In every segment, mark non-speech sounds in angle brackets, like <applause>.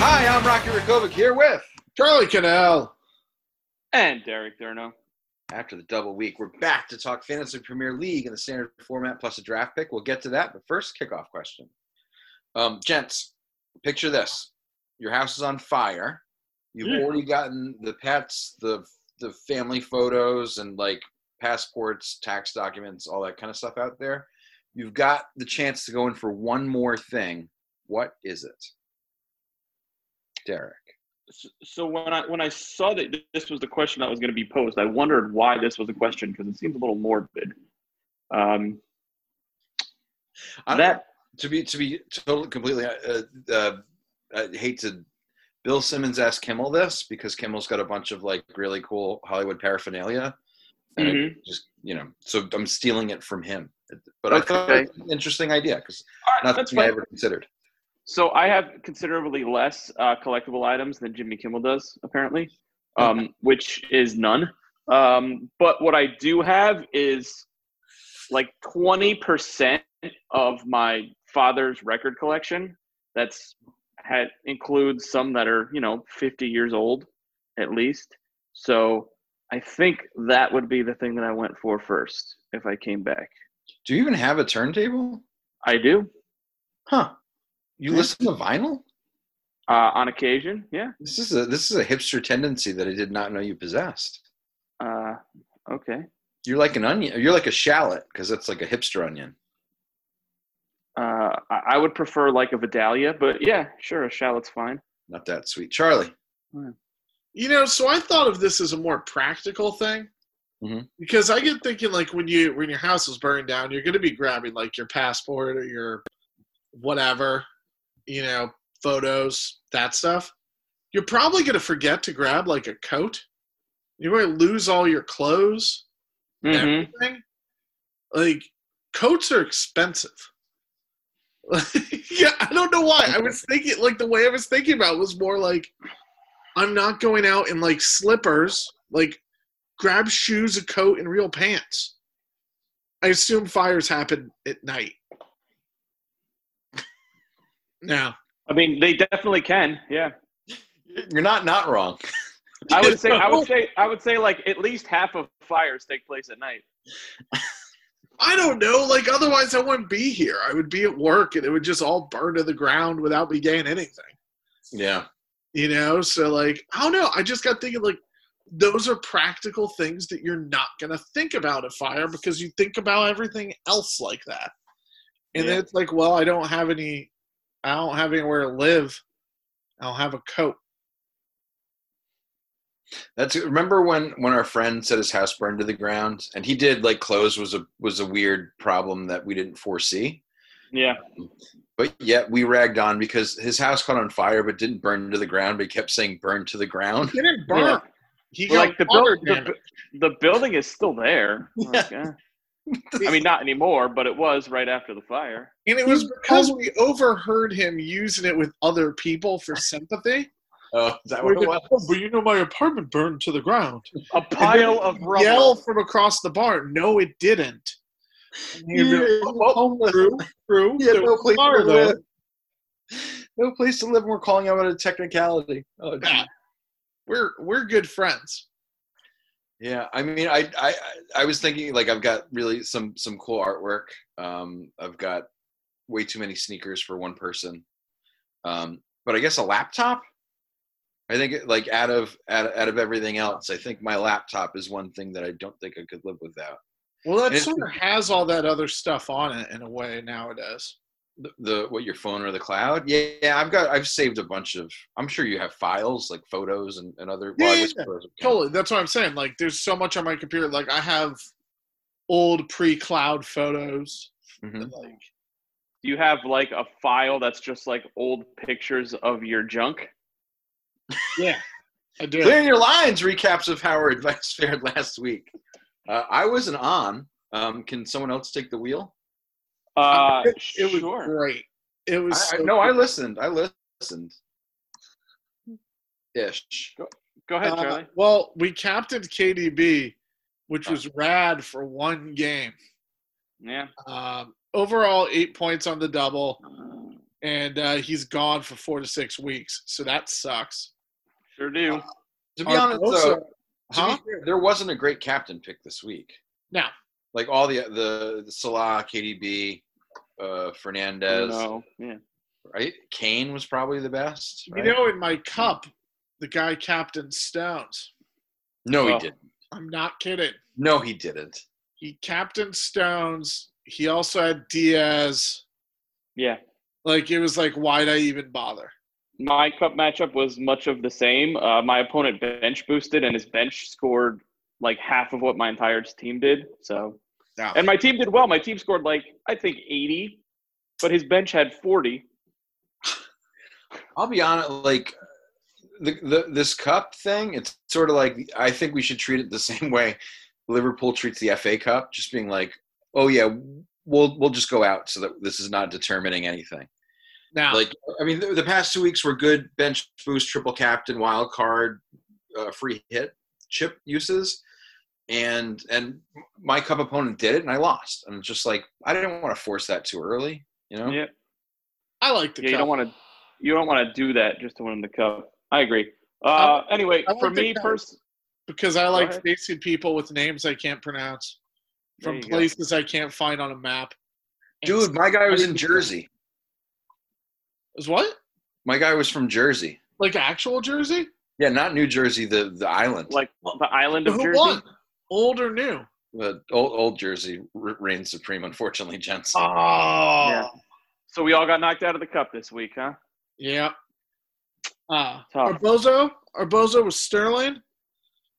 Hi, I'm Rocky Rakovic here with. Charlie Cannell. And Derek Durno. After the double week, we're back to talk fantasy Premier League in the standard format plus a draft pick. We'll get to that, but first, kickoff question. Um, gents, picture this: your house is on fire. You've Yeah. already gotten the pets, the the family photos, and like passports, tax documents, all that kind of stuff out there. You've got the chance to go in for one more thing. What is it, Derek? S- So when I when I saw that this was the question that was going to be posed, I wondered why this was a question because it seemed a little morbid. Um, I don't- that to be to be totally completely uh, uh, I hate to Bill Simmons asked Kimmel this because Kimmel's got a bunch of like really cool Hollywood paraphernalia, and it mm-hmm. just you know, so I'm stealing it from him. But I thought it was an interesting idea because all right, not that's something I fine. ever considered. So I have considerably less uh, collectible items than Jimmy Kimmel does, apparently, um, which is none. Um, but what I do have is like 20% of my father's record collection. That's had includes some that are you know 50 years old, at least. So I think that would be the thing that I went for first if I came back. Do you even have a turntable? I do Huh? You Yeah. listen to vinyl? uh, on occasion, yeah. This is a this is a hipster tendency that I did not know you possessed. Uh, okay. You're like an onion. You're like a shallot because that's like a hipster onion. Uh, I I would prefer like a Vidalia, but yeah, sure, a shallot's fine. Not that sweet, Charlie. You know, so I thought of this as a more practical thing. Mhm. Because I get thinking like when you when your house was burned down, you're gonna be grabbing like your passport or your whatever, you know, photos, that stuff. You're probably gonna forget to grab like a coat. You're gonna lose all your clothes, hmm everything. Like coats are expensive. <laughs> yeah, I don't know why. I was thinking like the way I was thinking about it was more like I'm not going out in like slippers, like grab shoes, a coat, and real pants. I assume fires happen at night. <laughs> no. I mean, they definitely can. Yeah, You're not not wrong. <laughs> I would say, I would say, I would say, like at least half of fires take place at night. I don't know. Like otherwise I wouldn't be here. I would be at work and it would just all burn to the ground without me getting anything. Yeah. you know so like i don't know i just got thinking like those are practical things that you're not going to think about at fire because you think about everything else like that and then Yeah. it's like well i don't have any i don't have anywhere to live i don't have a coat That's remember when when our friend said his house burned to the ground, and he did like clothes was a was a weird problem that we didn't foresee, Yeah, but yet we ragged on because his house caught on fire but didn't burn to the ground, but he kept saying burn to the ground. <laughs> he didn't burn Yeah. he Well, got like the, water buil- the, damage. bu- the building is still there. Like, eh. I mean, not anymore, but it was right after the fire. and it was because we overheard him using it with other people for sympathy Oh, is that We're what it <laughs> gonna- was? "Oh, but you know my apartment burned to the ground A pile of rubble. yell from across the barn. No, it didn't. You- You well, "Oh, true, true. <laughs> Yeah, There no was place to fire, though. live. No place to live. We're calling out a technicality. Oh, <laughs> gee. Yeah. We're we're good friends. Yeah, I mean, I, I I was thinking like I've got really some some cool artwork. Um, I've got way too many sneakers for one person. Um, but I guess a laptop. I think it- like out of out of, out of everything else, I think my laptop is one thing that I don't think I could live without. Well, that It's- sort of has all that other stuff on it in a way nowadays. the, the what your phone or the cloud? Yeah, yeah, I've got I've saved a bunch of. I'm sure you have files like photos and, and other. I Yeah, guess yeah, photos would count. Totally. That's what I'm saying. Like, there's so much on my computer. Like, I have old pre-cloud photos. Mhm. and, Like, Do you have like a file that's just like old pictures of your junk? yeah, I do. Clearing your lines recaps of how our <laughs> advice fared last week. Uh, I wasn't on. Um, can someone else take the wheel? Uh, it, it was sure. great. It I, was I- so no, I listened. I listened. Ish. Go ahead, Uh, Charlie. well, we captained KDB, which was rad for one game. Yeah. Um, overall, eight points on the double, and uh, he's gone for four to six weeks. So that sucks. Sure do. To be Our honest, Bosa- though, to be huh? fair, there wasn't a great captain pick this week. No. Like all the the, the Salah, KDB, uh, Fernandez, No. Yeah. right? Kane was probably the best. You right? know, in my cup, the guy captained Stones. no, he Oh. didn't. I'm not kidding. No, he didn't. He captained Stones. He also had Diaz. Yeah. Like it was like, why'd I even bother? My cup matchup was much of the same. Uh, my opponent bench boosted, and his bench scored like half of what my entire team did. So, Yeah. and my team did well. My team scored like I think 80, but his bench had 40. I'll be honest, like the, the this cup thing, it's sort of like I think we should treat it the <laughs> same way Liverpool treats the FA Cup, just being like, oh yeah, we'll we'll just go out so that this is not determining anything. Now, Like I mean, the, the past two weeks were good bench boost, triple captain, wild card, uh, free hit, chip uses, and and my cup opponent did it, and I lost. And it's just like I didn't want to force that too early, you know. Yeah. I like the Yeah, you cup. don't want to. You don't want to do that just to win the cup. I agree. Uh, anyway, Um, I like for the me, cup. first, because I like ahead. facing people with names I can't pronounce There from you go. places I can't find on a map. And Dude, my guy was in Jersey. is what? My guy was from Jersey. Like actual Jersey? Yeah, not New Jersey, the the island, like the island of Who Jersey. won? Old or new? the old, old Jersey re- reigns supreme. Unfortunately, gents. Uh, Oh, Yeah. So we all got knocked out of the cup this week, huh? yeah. Uh, Tough. Arbozo, Arbozo was Sterling,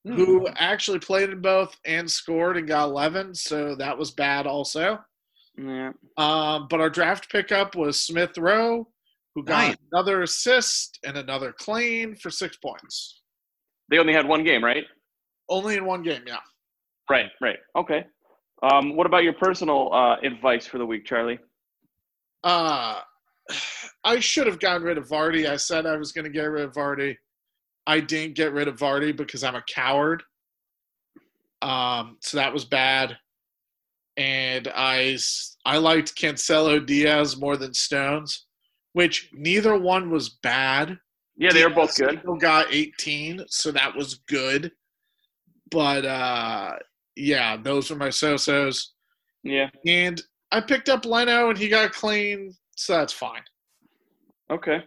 Hmm. who actually played in both and scored and got 11, so that was bad also. Yeah. Um, but our draft pickup was Smith Rowe, who got Nice. another assist and another claim for six points. They only had one game, right? Only in one game, yeah. Right. Right. Okay. Um, what about your personal uh, advice for the week, Charlie? Uh, I should have gotten rid of Vardy. I said I was going to get rid of Vardy. I didn't get rid of Vardy because I'm a coward. Um, so that was bad. And I s- I liked Cancelo Diaz more than Stones, which neither one was bad. Yeah, they were both Diaz good. still got 18, so that was good. But uh, yeah, those were my so-sos. Yeah. And I picked up Leno and he got clean, so that's fine. Okay.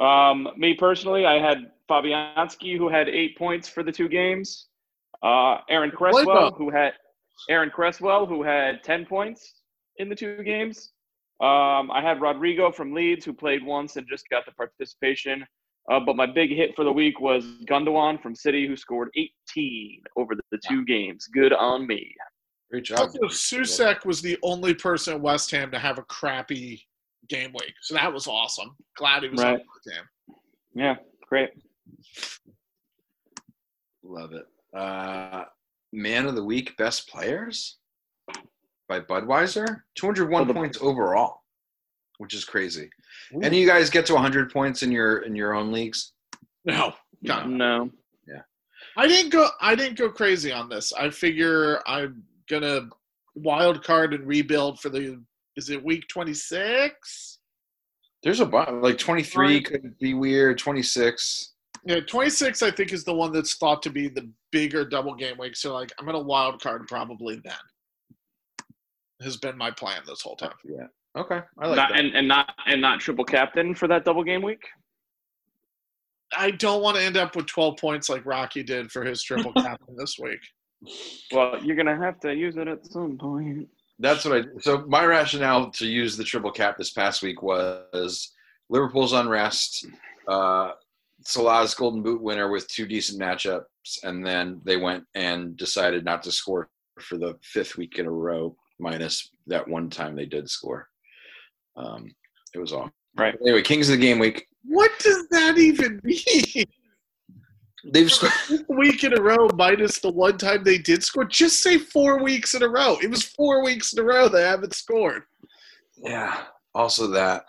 Um, me personally, I had Fabianski, who had eight points for the two games. Uh, Aaron Cresswell, well. who had Aaron Cresswell, who had ten points in the two games. Um, I had Rodrigo from Leeds, who played once and just got the participation. Uh, but my big hit for the week was Gundawan from City, who scored 18 over the, the two games. Good on me. Great job. Also, Susek was the only person at West Ham to have a crappy game week, so that was awesome. Glad he was on Right. West Ham. Yeah, great. Love it. Uh, Man of the week, best players by Budweiser. Two hundred one Oh, the- points overall, which is crazy. Any of you guys get to hundred points in your in your own leagues? No, no, No. I didn't go. I didn't go crazy on this. I figure I'm gonna wild card and rebuild for the. Is it week 26? There's a bunch. Like twenty three could be weird. Twenty six. Yeah, 26 I think is the one that's thought to be the bigger double game week. So like I'm gonna wild card probably then. Has been my plan this whole time. Yeah. Okay. I like Not- that. and, and not and not triple captain for that double game week. I don't want to end up with 12 points like Rocky <laughs> did for his triple captain this week. Well, you're gonna have to use it at some point. That's what I. So my rationale to use the triple cap this past week was Liverpool's unrest, uh, Salah's Golden Boot winner with two decent matchups, and then they went and decided not to score for the fifth week in a row, minus that one time they did score. Um, it was off. Right. Anyway, Kings of the game week. What does that even <laughs> mean? They've scored. week in a row minus the one time they did score. Just say four weeks in a row. It was four weeks in a row they haven't scored. Yeah. Also that.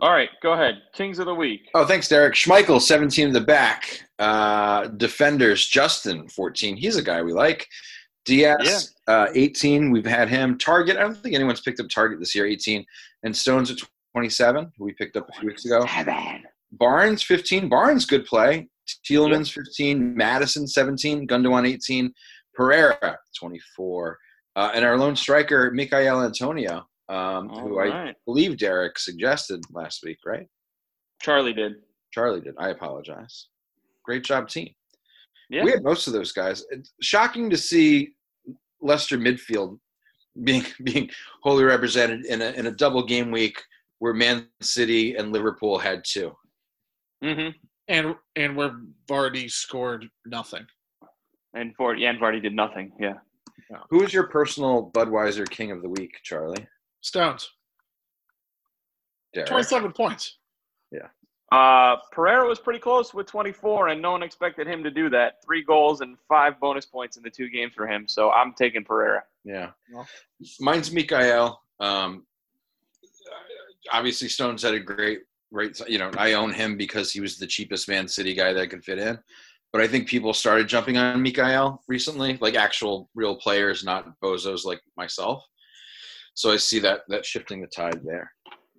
All right, go ahead. Kings of the week. Oh, thanks, Derek. Schmeichel, 17 in the back. Uh, defenders, Justin, 14. He's a guy we like. Diaz, uh, 18. We've had him. Target, I don't think anyone's picked up Target this year, 18. And Stones at 27, who we picked up a few weeks ago. Seven. Barnes, 15. Barnes, good play. Tielemans, 15. Madison, 17. Gundogan, 18. Pereira, 24. Uh, and our lone striker, Mikael Antonio, um, All who I right. believe Derek suggested last week, right? Charlie did. Charlie did. I apologize. Great job, team. Yeah. We had most of those guys. It's shocking to see Leicester midfield being <laughs> being wholly represented in a in a double game week where Man City and Liverpool had two. hmm And and we've already scored nothing. And Vardy, yeah, and Vardy did nothing. Yeah. Who is your personal Budweiser king of the week, Charlie? Stones. Derek. Twenty seven points. Uh, Pereira was pretty close with 24, and no one expected him to do that. Three goals and five bonus points in the two games for him. So I'm taking Pereira. Yeah. Well. Mine's Mikael. Um, obviously, Stones had a great, great, you know, I own him because he was the cheapest Man City guy that could fit in. But I think people started jumping on Mikael recently, like actual real players, not bozos like myself. So I see that that shifting the tide there.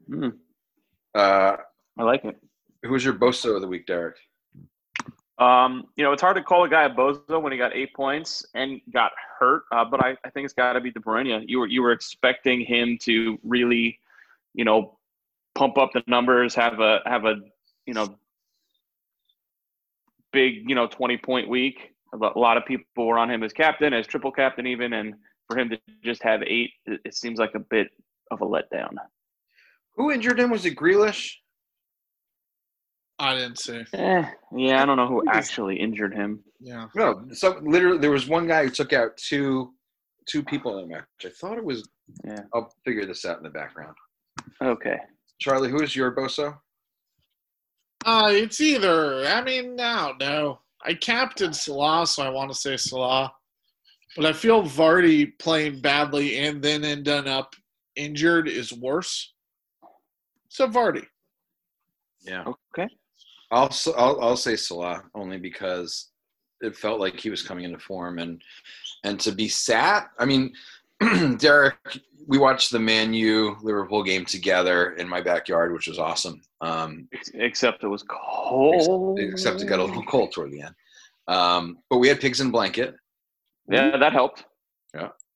Hmm. Uh, I like it. who was your bozo of the week, Derek? Um, you know, it's hard to call a guy a bozo when he got eight points and got hurt, uh, but I, I think it's got to be De Bruyne. You were you were expecting him to really, you know, pump up the numbers, have a have a you know big you know twenty point week. A lo- a lot of people were on him as captain, as triple captain even, and for him to just have eight, it, it seems like a bit of a letdown. Who injured him? Was it Grealish? I didn't see. Eh, yeah, I don't know who actually injured him. Yeah. No, so literally there was one guy who took out two two people in a match. I thought it was. Yeah. I'll figure this out in the background. Okay. Charlie, who is your boso? Uh it's either I mean no, no. I captain Salah, so I want to say Salah. But I feel Vardy playing badly and then ending up injured is worse. So Vardy. Yeah. Okay. I'll s- I'll, I'll say Salah only because it felt like he was coming into form and and to be sat. I mean, <clears throat> Derek, we watched the Man U Liverpool game together in my backyard, which was awesome. Um, Ex- Except it was cold. except it got a little cold toward the end. Um, but we had pigs in blanket. Yeah, that helped.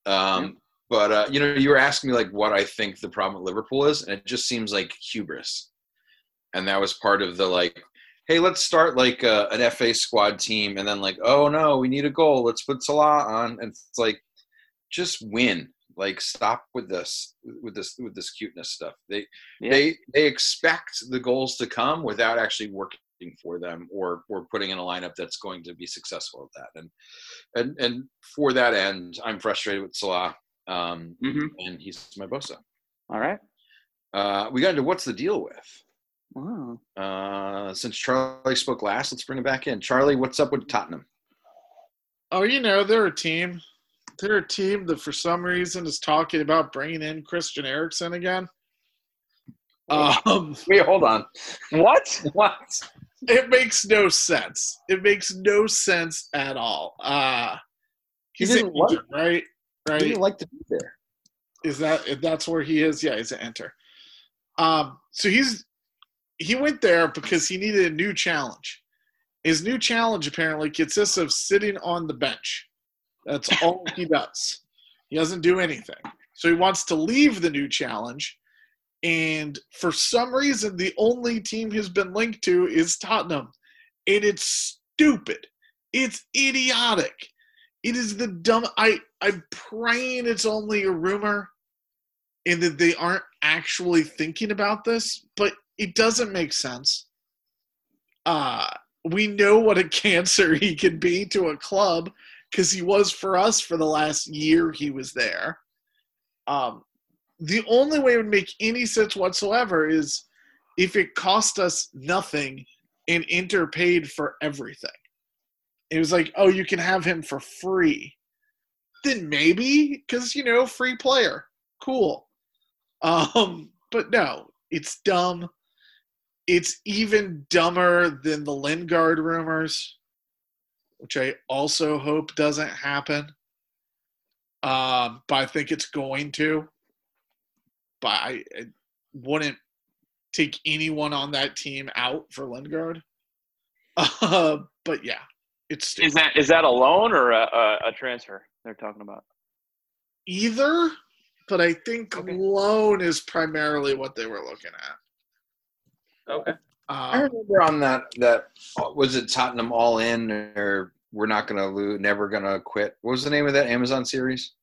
Um, but uh, you know, you were asking me like what I think the problem with Liverpool is, and it just seems like hubris. And that was part of the like, hey, let's start like uh, an FA squad team, and then like, oh no, we need a goal. Let's put Salah on, and it's like, just win. Like, stop with this, with this, with this cuteness stuff. They Yeah. they they expect the goals to come without actually working for them or or putting in a lineup that's going to be successful at that and and and for that end i'm frustrated with salah um hmm and he's my bosa All right. uh we got into what's the deal with Wow. uh since charlie spoke last let's bring him back in charlie what's up with <laughs> tottenham Oh, you know, they're a team. They're a team that for some reason is talking about bringing in Christian Erickson again. Um, wait hold <laughs> on What? what <laughs> it makes no sense. It makes no sense at all. Uh, He he's an didn't what? injured, right? i Right? didn't like to be there Is that if that's where he is? Yeah, he's an enter. Um, so he's he went there because he needed a new challenge. His new challenge apparently consists of sitting on the bench. That's all he does. He doesn't do anything. So he wants to leave the new challenge. And for some reason, the only team he's been linked to is Tottenham. And it's stupid. It's idiotic. It is the dumb. I I'm praying it's only a rumor and that they aren't actually thinking about this, but it doesn't make sense. Uh, we know what a <laughs> cancer he could be to a club because he was for us for the last year he was there. Um, the only way it would make any sense whatsoever is if it cost us nothing and Inter paid for everything. It was like, oh, you can have him for free. Then maybe, because, you know, free player. Cool. Um, but no, it's dumb. It's even dumber than the Lingard rumors, which I also hope doesn't happen. Um, but I think it's going to. But I, I wouldn't take anyone on that team out for Lingard. <laughs> Uh, but yeah, it's Is stupid. that is that a loan or a, a, a transfer they're talking about? either. But I think Okay. loan is primarily what they were looking at. Okay. I Um, remember on that that was it Tottenham All In or We're Not Gonna Lose, Never Gonna Quit. What was the name of that Amazon series?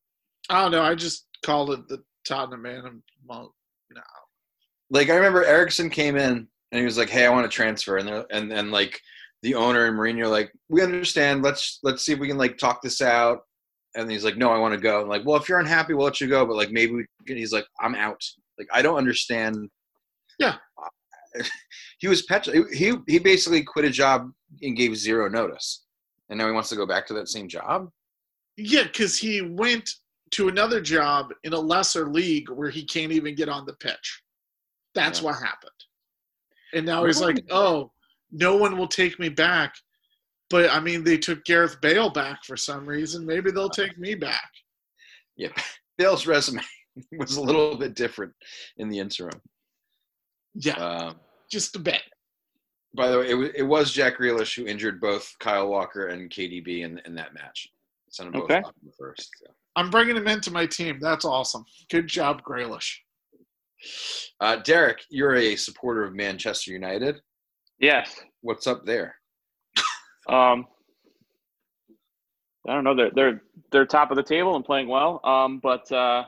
I don't know. I just called it the Tottenham Man. Month. Like I remember Erickson came in and he was like, "Hey, I want to transfer," and they're- and and like the owner and Mourinho are like, "We understand. Let's let's see if we can like talk this out." And he's like, "No, I want to go." And like, well, if you're unhappy, we'll let you go. But like, maybe we can. He's like, "I'm out." Like, I don't understand. Yeah. <laughs> he was petulant. He he basically quit a job and gave zero notice, and now he wants to go back to that same job. Yeah, because he went to another job in a lesser league where he can't even get on the pitch. That's Yeah. what happened. And now he's like, oh, no one will take me back. But I mean, they took Gareth Bale back for some reason. Maybe they'll take me back. Yeah, Bale's resume <laughs> was a little bit different in the interim. Yeah, Um, just a bit. by the way, it was, it was Jack Grealish who injured both Kyle Walker and KDB in, in that match. Sent them both Okay. off in the first. so. I'm bringing him into my team. That's awesome. Good job, Graylish. Uh, Derek, you're a supporter of Manchester United. Yes. What's up there? Um, I don't know. They're they're they're top of the table and playing well. Um, but uh,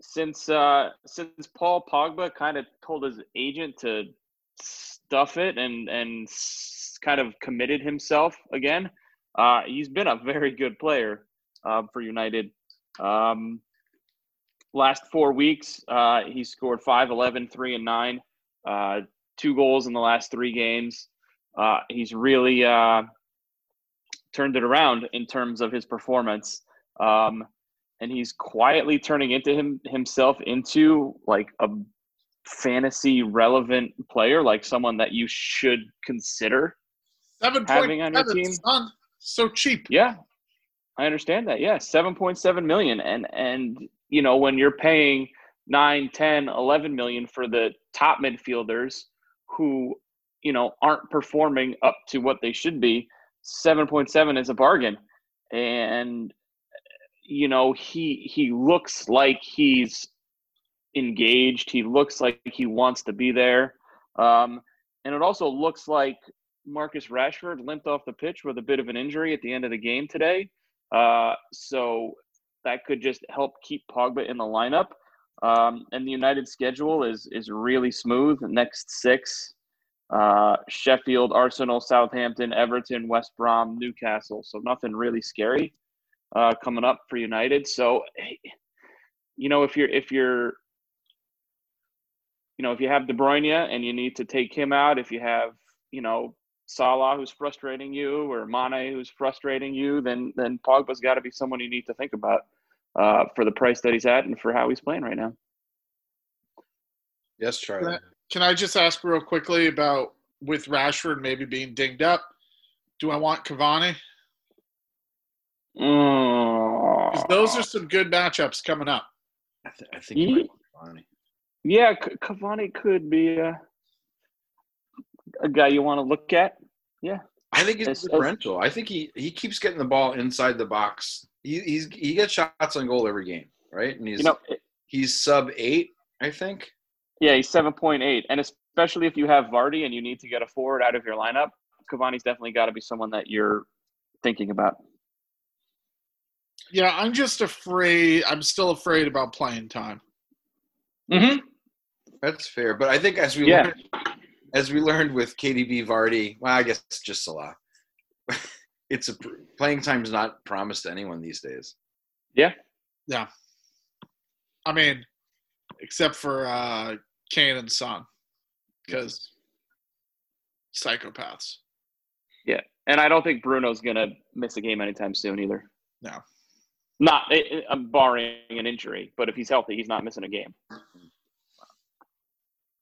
since uh, since Paul Pogba kind of told his agent to stuff it and and s- kind of committed himself again, uh, he's been a very good player um, for United. Um, last four weeks, uh, he scored 5, 11, 3, and 9. Uh, two goals in the last three games. Uh, he's really uh, turned it around in terms of his performance. Um, and he's quietly turning into him himself into like a fantasy relevant player, like someone that you should consider. Seven Having on your team? Son. So cheap. Yeah, I understand that. Yeah, seven point seven million, and and you know when you're paying nine, ten, eleven million for the top midfielders who you know aren't performing up to what they should be, seven point seven is a bargain, and you know he he looks like he's engaged. He looks like he wants to be there, um, and it also looks like Marcus Rashford limped off the pitch with a bit of an injury at the end of the game today. Uh, so that could just help keep Pogba in the lineup. Um, and the United schedule is is really smooth. The next six: uh, Sheffield, Arsenal, Southampton, Everton, West Brom, Newcastle. So nothing really scary uh, coming up for United. So eh, you know if you're if you're you know if you have De Bruyne and you need to take him out, if you have you know Salah who's frustrating you or Mane who's frustrating you, then then Pogba's got to be someone you need to think about uh, for the price that he's at and for how he's playing right now. Yes, Charlie. Can I just ask real quickly about with Rashford maybe being dinged up? Do I want Cavani? Because those are some good matchups coming up. I, th- I think you might want Cavani. yeah, C- Cavani could be a, a guy you want to look at. I think It's- it's it's- differential. I think he, he keeps getting the ball inside the box. He, he's he gets shots on goal every game, right? And he's You know, he's sub eight, I think. yeah, he's seven point eight, and especially if you have Vardy and you need to get a forward out of your lineup, Cavani's definitely got to be someone that you're thinking about. Yeah, I'm just afraid. I'm still afraid about playing time. Mm-hmm. That's fair, but I think as we Yeah. learned, as we learned with KDB Vardy, well, I guess it's just Salah. <laughs> it's a pr- playing time's not promised to anyone these days. I mean, except for uh, Kane and Son, because psychopaths. And I don't think Bruno's gonna miss a game anytime soon either. No. Not i- i- barring an injury, but if he's healthy, he's not missing a game.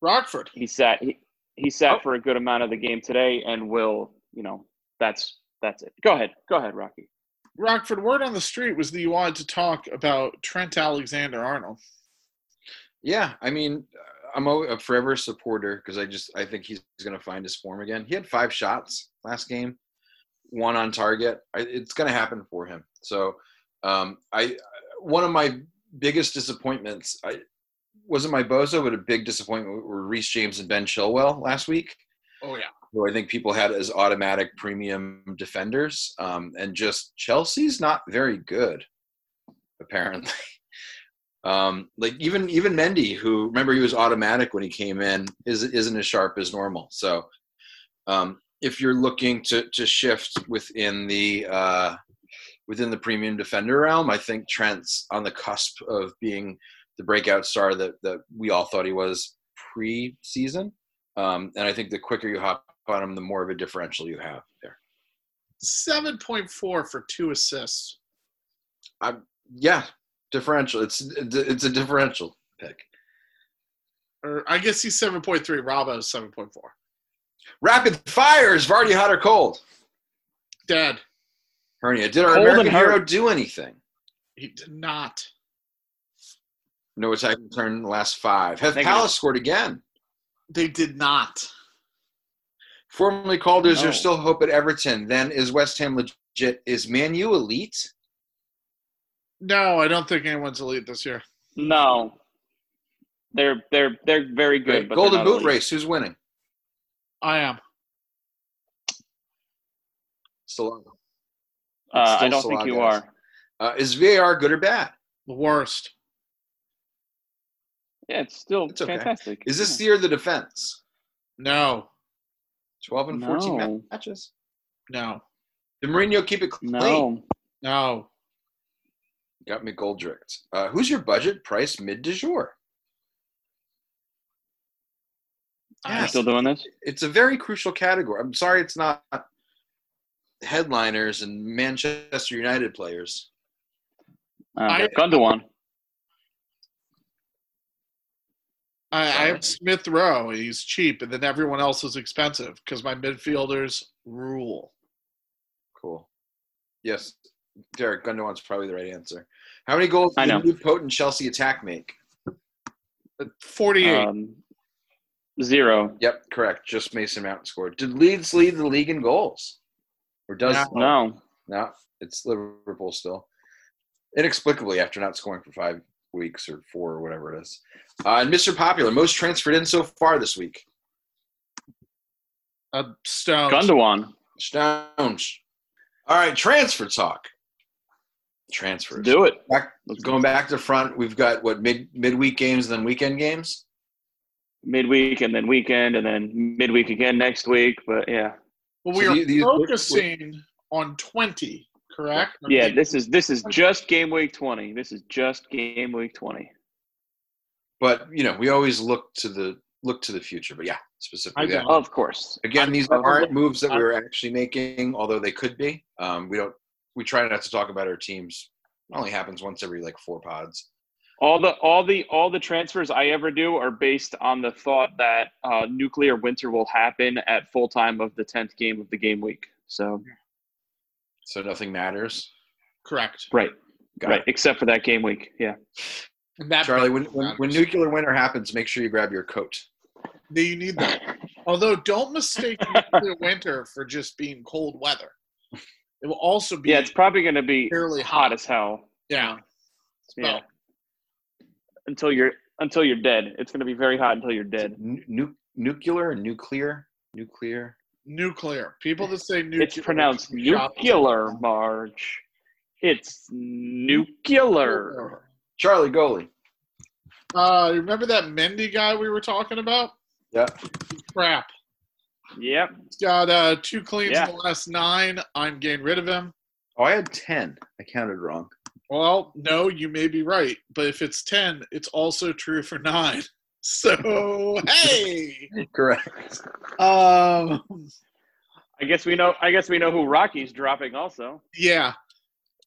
Rockford. He sat. He, he sat Oh. for a good amount of the game today, and will. You know, that's that's it. Go ahead. Go ahead, Rocky. Rockford. Word on the street was that you wanted to talk about Trent Alexander Arnold. Yeah, I mean, I'm a a forever supporter because I just I think he's going to find his form again. He had five shots last game, one on target. I, it's going to happen for him. So, um, I one of my biggest disappointments I wasn't my bozo, but a big disappointment were Reese James and Ben Chilwell last week. Oh yeah. who I think people had as automatic premium defenders, um, and just Chelsea's not very good, apparently. <laughs> Um, like even even Mendy, who remember he was automatic when he came in, is isn't as sharp as normal. So, um, if you're looking to to shift within the uh, within the premium defender realm, I think Trent's on the cusp of being the breakout star that that we all thought he was pre-season. Um, and I think the quicker you hop on him, the more of a differential you have there. Seven point four for two assists. Yeah, differential. It's it's a differential pick. Or I guess he's seven point three. Robbo's seven point four. Rapid fires. Vardy hot or cold? Dead. Hernia. Did our Cold and American hero hurt. do anything? He did not. No attacking turn in the last five. Have Negative. Palace scored again? They did not. Formerly called is No. there still hope at Everton? Then is West Ham legit? Is Man U elite? No, I don't think anyone's elite this year. No. They're they're they're very good. But they're Golden not boot elite. race. Who's winning? I am. Still. Uh, I Still don't think you Solagas. are. Uh, is VAR good or bad? The worst. Yeah, it's still It's okay. fantastic. Is this the yeah. year of the defense? No. Twelve and fourteen No. ma- matches. No. Did Mourinho keep it clean? no? No. Got me Goldricked. Uh, who's your budget price mid de jour? Are you Yes. still doing this? It's a very crucial category. I'm sorry it's not headliners and Manchester United players. Uh, I- Gundogan. I, I Sorry. have Smith Rowe. He's cheap, and then everyone else is expensive because my midfielders rule. Cool. Yes, Derek Gundogan's probably the right answer. How many goals I did the know. new potent Chelsea attack make? But 48. Uh, Um, zero. Yep, correct. Just Mason Mount scored. Did Leeds lead the league in goals? Or does No. No. No, it's Liverpool still. Inexplicably, after not scoring for five weeks or four or whatever it is. Uh, and Mr. Popular, most transferred in so far this week. uh, Oh, Stones. Gundogan. Stones. All right, transfer talk. Transfers. Do it. Back- Let's going back to front, we've got what mid midweek games and then weekend games. midweek and then weekend and then midweek again next week. But yeah, But So we are the- these- focusing on 20, correct? yeah. This is this is just game week twenty. This is just game week twenty. But you know, we always look to the look to the future. But yeah, I specifically that. don't. Of course. Again, these I'm- aren't moves that we're actually making, although they could be. Um, we don't. We try not to talk about our teams. It only happens once every like four pods. All the all the all the transfers I ever do are based on the thought that uh, nuclear winter will happen at full time of the tenth game of the game week. So So nothing matters. correct. right, Got right, it. except for that game week. Yeah, And that Charlie, when, when when nuclear winter happens, make sure you grab your coat. No, you need <laughs> that. Although, don't mistake nuclear winter for just being cold weather. It will also be yeah. It's probably going to be fairly hot. hot as hell. Yeah. Yeah. Until you're until you're dead. It's going to be very hot until you're dead. Nu- nu- nuclear, nuclear, nuclear. Nuclear. People that say nuclear. It's pronounced should be shocked. nuclear, Marge. It's nuclear. Charlie Goalie. Uh, remember that Mendy guy we were talking about? Yeah. Crap. Yep. He's got uh, two cleans Yeah. in the last nine. I'm getting rid of him. Oh, I had ten. I counted wrong. <laughs> Well, no, you may be right, but if it's ten, it's also true for nine. <laughs> So hey, Correct. um, I guess we know. I guess we know who Rocky's dropping. Also, yeah.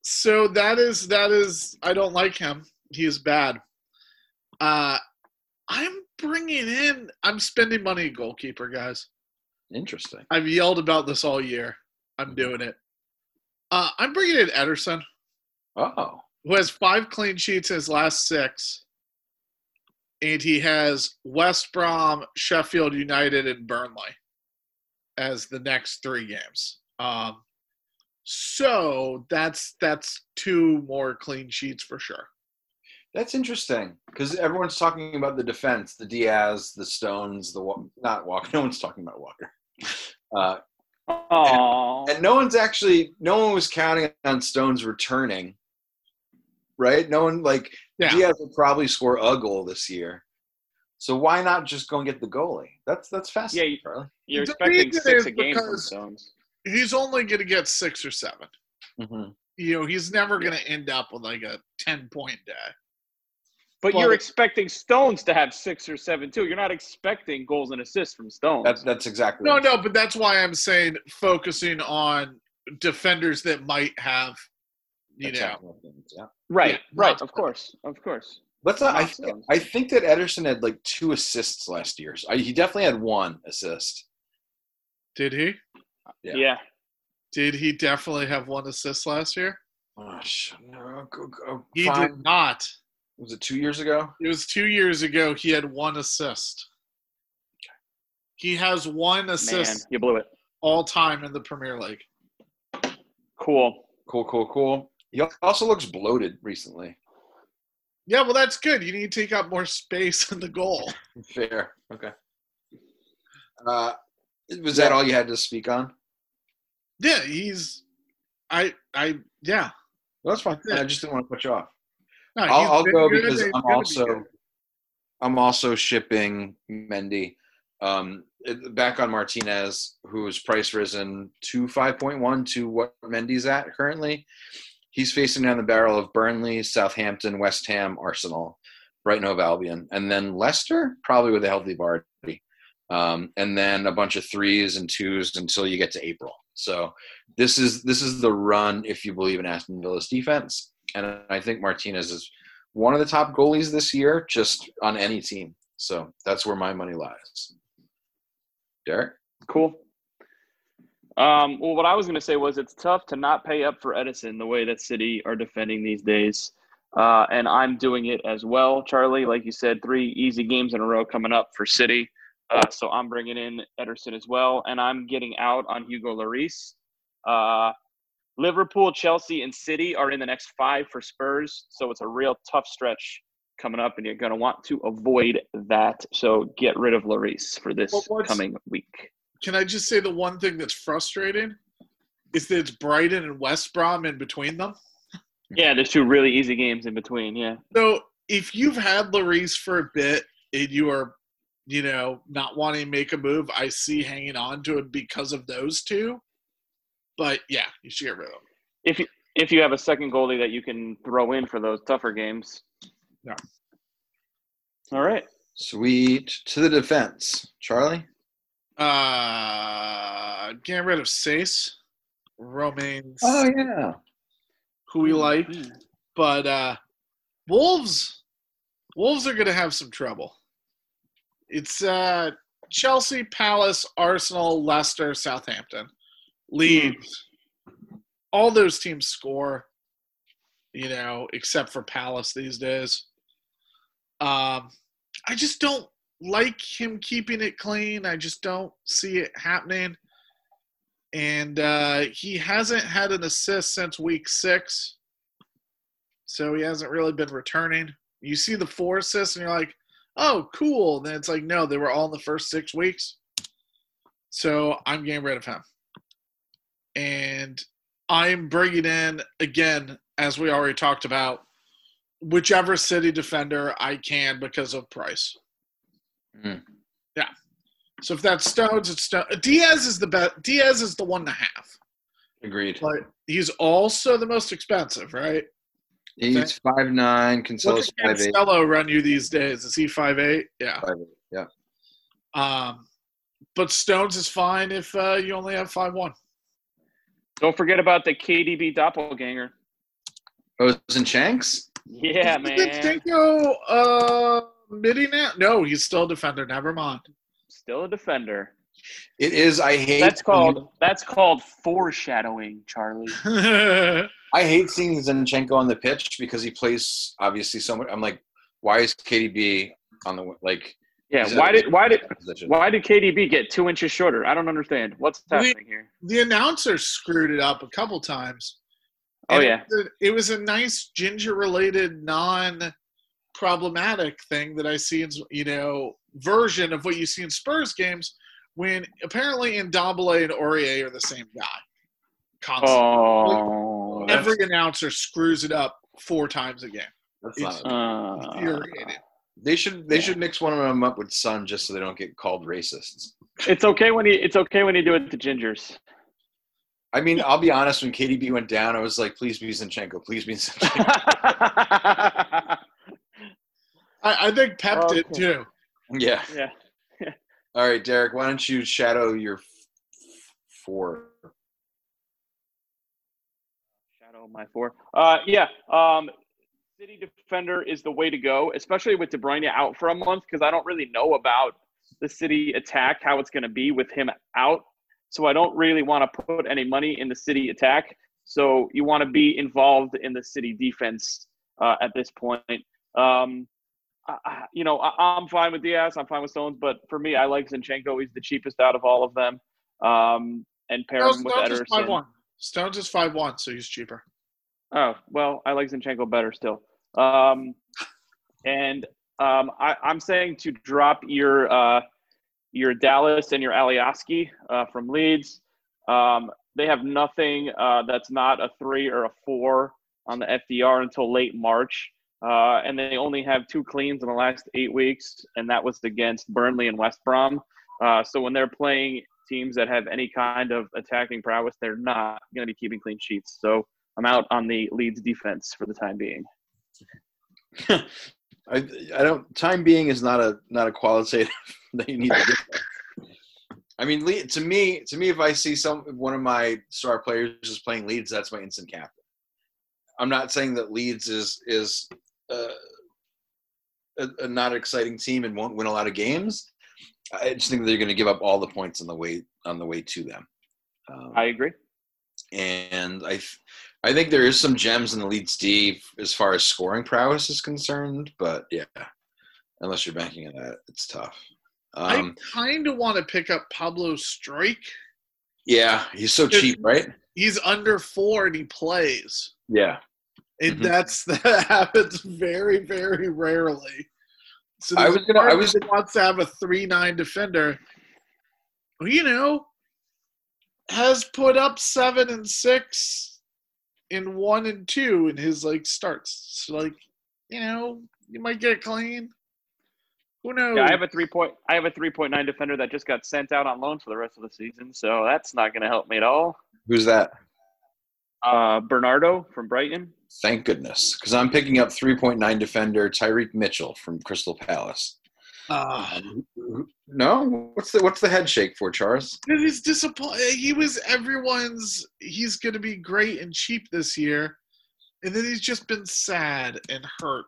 So that is that is. I don't like him. He is bad. Uh, I'm bringing in. I'm spending money at goalkeeper, guys. Interesting. I've yelled about this all year. I'm doing it. Uh, I'm bringing in Ederson, Oh, who has five clean sheets in his last six, and he has West Brom, Sheffield United, and Burnley as the next three games. Um, so that's that's two more clean sheets for sure. that's interesting because everyone's talking about the defense, the Diaz, the Stones, the Wa- not Walker. <laughs> No one's talking about Walker. Uh, <laughs> oh, and no one's actually. No one was counting on Stones returning. Right. No one like Yeah. Diaz will probably score a goal this year. So why not just go and get the goalie? That's that's fascinating. you- Charlie. you're The expecting reason six is a game from because- Stones. He's only going to get six or seven. Mhm. You know, he's never going to end up with like a ten point day. But Well- you're expecting Stones to have six or seven too. You're not expecting goals and assists from Stones. That's that's exactly. No, no, but that's why I'm saying focusing on defenders that might have, you That's know, how I'm looking at it, yeah. right, yeah, right. not- Of course, of course. Let's not. I Not think, Stones. I think that Ederson had like two assists last year. So I, he definitely had one assist. did he? Yeah. Yeah. Did he definitely have one assist last year? Oh, sh- no, go, go, He five- did not. Was it two years ago? It was two years ago. He had one assist. He has one man, assist you blew it. all time in the Premier League. Cool. Cool, cool, cool. He al- also looks bloated recently. Yeah, well, that's good. You need to take up more space in the goal. Fair. Okay. Uh, was that all you had to speak on? Yeah, he's. I. I. Yeah. No, that's fine. I just didn't want to cut you off. No, he's I'll, I'll been go good, because and he's I'm gonna be also good. I'm also shipping Mendy. Um, it- back on Martinez, whose price risen to 5.1 to what Mendy's at currently. He's facing down the barrel of Burnley, Southampton, West Ham, Arsenal, Brighton Hove Albion, and then Leicester, probably with a healthy Vardy. Um, and then a bunch of threes and twos until you get to April. So this is this is the run if you believe in Aston Villa's defense. And I think Martinez is one of the top goalies this year, just on any team. So that's where my money lies. Derek, Cool. Um, well, what I was going to say was it's tough to not pay up for Edison the way that City are defending these days. Uh, and I'm doing it as well, Charlie. Like you said, three easy games in a row coming up for City. Uh, so I'm bringing in Ederson as well. And I'm getting out on Hugo Lloris. Uh, Liverpool, Chelsea, and City are in the next five for Spurs. So it's a real tough stretch coming up. And you're going to want to avoid that. So get rid of Lloris for this But what's- coming week. Can I just say the one thing that's frustrating is that it's Brighton and West Brom in between them. Yeah, there's two really easy games in between. Yeah, So if you've had Larice for a bit and you are, you know, not wanting to make a move, I see hanging on to him because of those two. But yeah, you should get rid of him. if you if you have a second goalie that you can throw in for those tougher games. Yeah. All right. sweet to the defense. Charlie, Uh, getting rid of Sace, Romains, Oh, yeah, who we like. But uh, Wolves, Wolves are going to have some trouble. It's uh, Chelsea, Palace, Arsenal, Leicester, Southampton, Leeds. All those teams score, you know, except for Palace these days. Um, I just don't like him keeping it clean. I just don't see it happening. And uh, he hasn't had an assist since week six so he hasn't really been returning. You see the four assists, and you're like, "Oh, cool." And then it's like, no, they were all in the first six weeks. So I'm getting rid of him, and I'm bringing in again as we already talked about, whichever city defender I can because of price. Mm. Yeah. So if that's Stones, it's Stone. Diaz is the best. Diaz is the one and a half, Agreed. but he's also the most expensive, right? He's five nine. Look Cancelo's at five eight. Cancelo run you these days. Is he five eight? Yeah. Five eight. Yeah. Um, but Stones is fine if uh, you only have five one. Don't forget about the KDB doppelganger. Oh, it's in Shanks. Yeah, man. Zinchenko, uh, midi now? No, he's still a defender. Never mind. <laughs> Still a defender. It is. I hate. That's called that's called foreshadowing, <laughs> Charlie. I hate seeing Zinchenko on the pitch because he plays obviously so much. I'm like, why is KDB on the like? Yeah, he's why at a did why did position. why did KDB get two inches shorter? I don't understand. What's We- happening here? the announcer screwed it up a couple times. Oh And yeah. it was a- it was a nice ginger-related, non-problematic thing that I see in you know version of what you see in Spurs games when apparently Ndombele and Aurier are the same guy. Constantly. Oh, that's, Every announcer screws it up four times a game. That's it's- not- uh, Infuriating. they should they yeah. should mix one of them up with Sun just so they don't get called racists. it's okay when you it's okay when you do it to gingers. I mean, I'll be honest. When KDB went down, I was like, please be Zinchenko. Please be Zinchenko. I, I think Pep did Okay. too. yeah. <laughs> <laughs> yeah. All right, Derek. Why don't you shadow your f- four? Shadow my four. Uh, yeah. Um, City defender is the way to go, especially with De Bruyne out for a month, because I don't really know about the City attack how it's going to be with him out. So I don't really want to put any money in the City attack. So you want to be involved in the City defense uh, at this point. Um, I- I- you know, I, I'm fine with Diaz. I'm fine with Stones, but for me, I like Zinchenko. He's the cheapest out of all of them. Um, and pair No, him with Stones is five Ederson. one. Stones is five one, so he's cheaper. Oh well, I like Zinchenko better still. Um, and um, I, I'm saying to drop your uh, your Dallas and your Alioski uh, from Leeds. Um, they have nothing uh, that's not a three or a four on the FDR until late March, uh, and they only have two cleans in the last eight weeks, and that was against Burnley and West Brom. Uh, so when they're playing teams that have any kind of attacking prowess, they're not going to be keeping clean sheets. So I'm out on the Leeds defense for the time being. I I don't. Time being is not a not a qualitative <laughs> that you need to get. there. I mean, Le- to me, to me, if I see some if one of my star players is playing Leeds, that's my instant captain. I'm not saying that Leeds is is uh, a, a not an exciting team and won't win a lot of games. I just think they're going to give up all the points on the way on the way to them. Um, I agree. and I, th- I think there is some gems in the Leeds D as far as scoring prowess is concerned. But yeah, unless you're banking on that, it's tough. Um, I kind of want to pick up Pablo Strike. yeah, he's so cheap, right? He's under four and he plays, Yeah, and Mhm. that's <laughs> that happens very, very rarely. So I there's was gonna- I part was- that wants to have a three nine defender. who, You know, has put up seven and six, in one and two in his like starts. So, like, you know, you might get clean. Who knows? Yeah, I have a three point. I have a three point nine defender that just got sent out on loan for the rest of the season, so that's not going to help me at all. who's that? Uh, Bernardo from Brighton. Thank goodness, because I'm picking up 3.9 defender Tyreek Mitchell from Crystal Palace. Ah. Um, no, what's the what's the head shake for, Charles? It is disappointing. He was everyone's. He's going to be great and cheap this year, and then he's just been sad and hurt.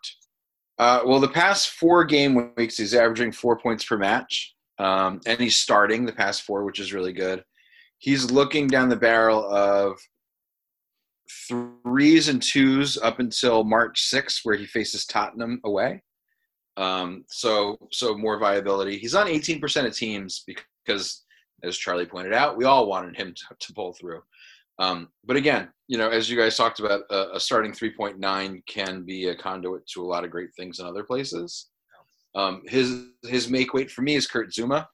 Uh, well, the past four game weeks, he's averaging four points per match, um, and he's starting the past four, which is really good. He's looking down the barrel of threes and twos up until March 6th, where he faces Tottenham away. Um, so, so more viability. He's on 18% of teams because, as Charlie pointed out, we all wanted him to, to pull through. Um, but again, you know, as you guys talked about, uh, a starting 3.9 can be a conduit to a lot of great things in other places. Um, his his make weight for me is Kurt Zuma,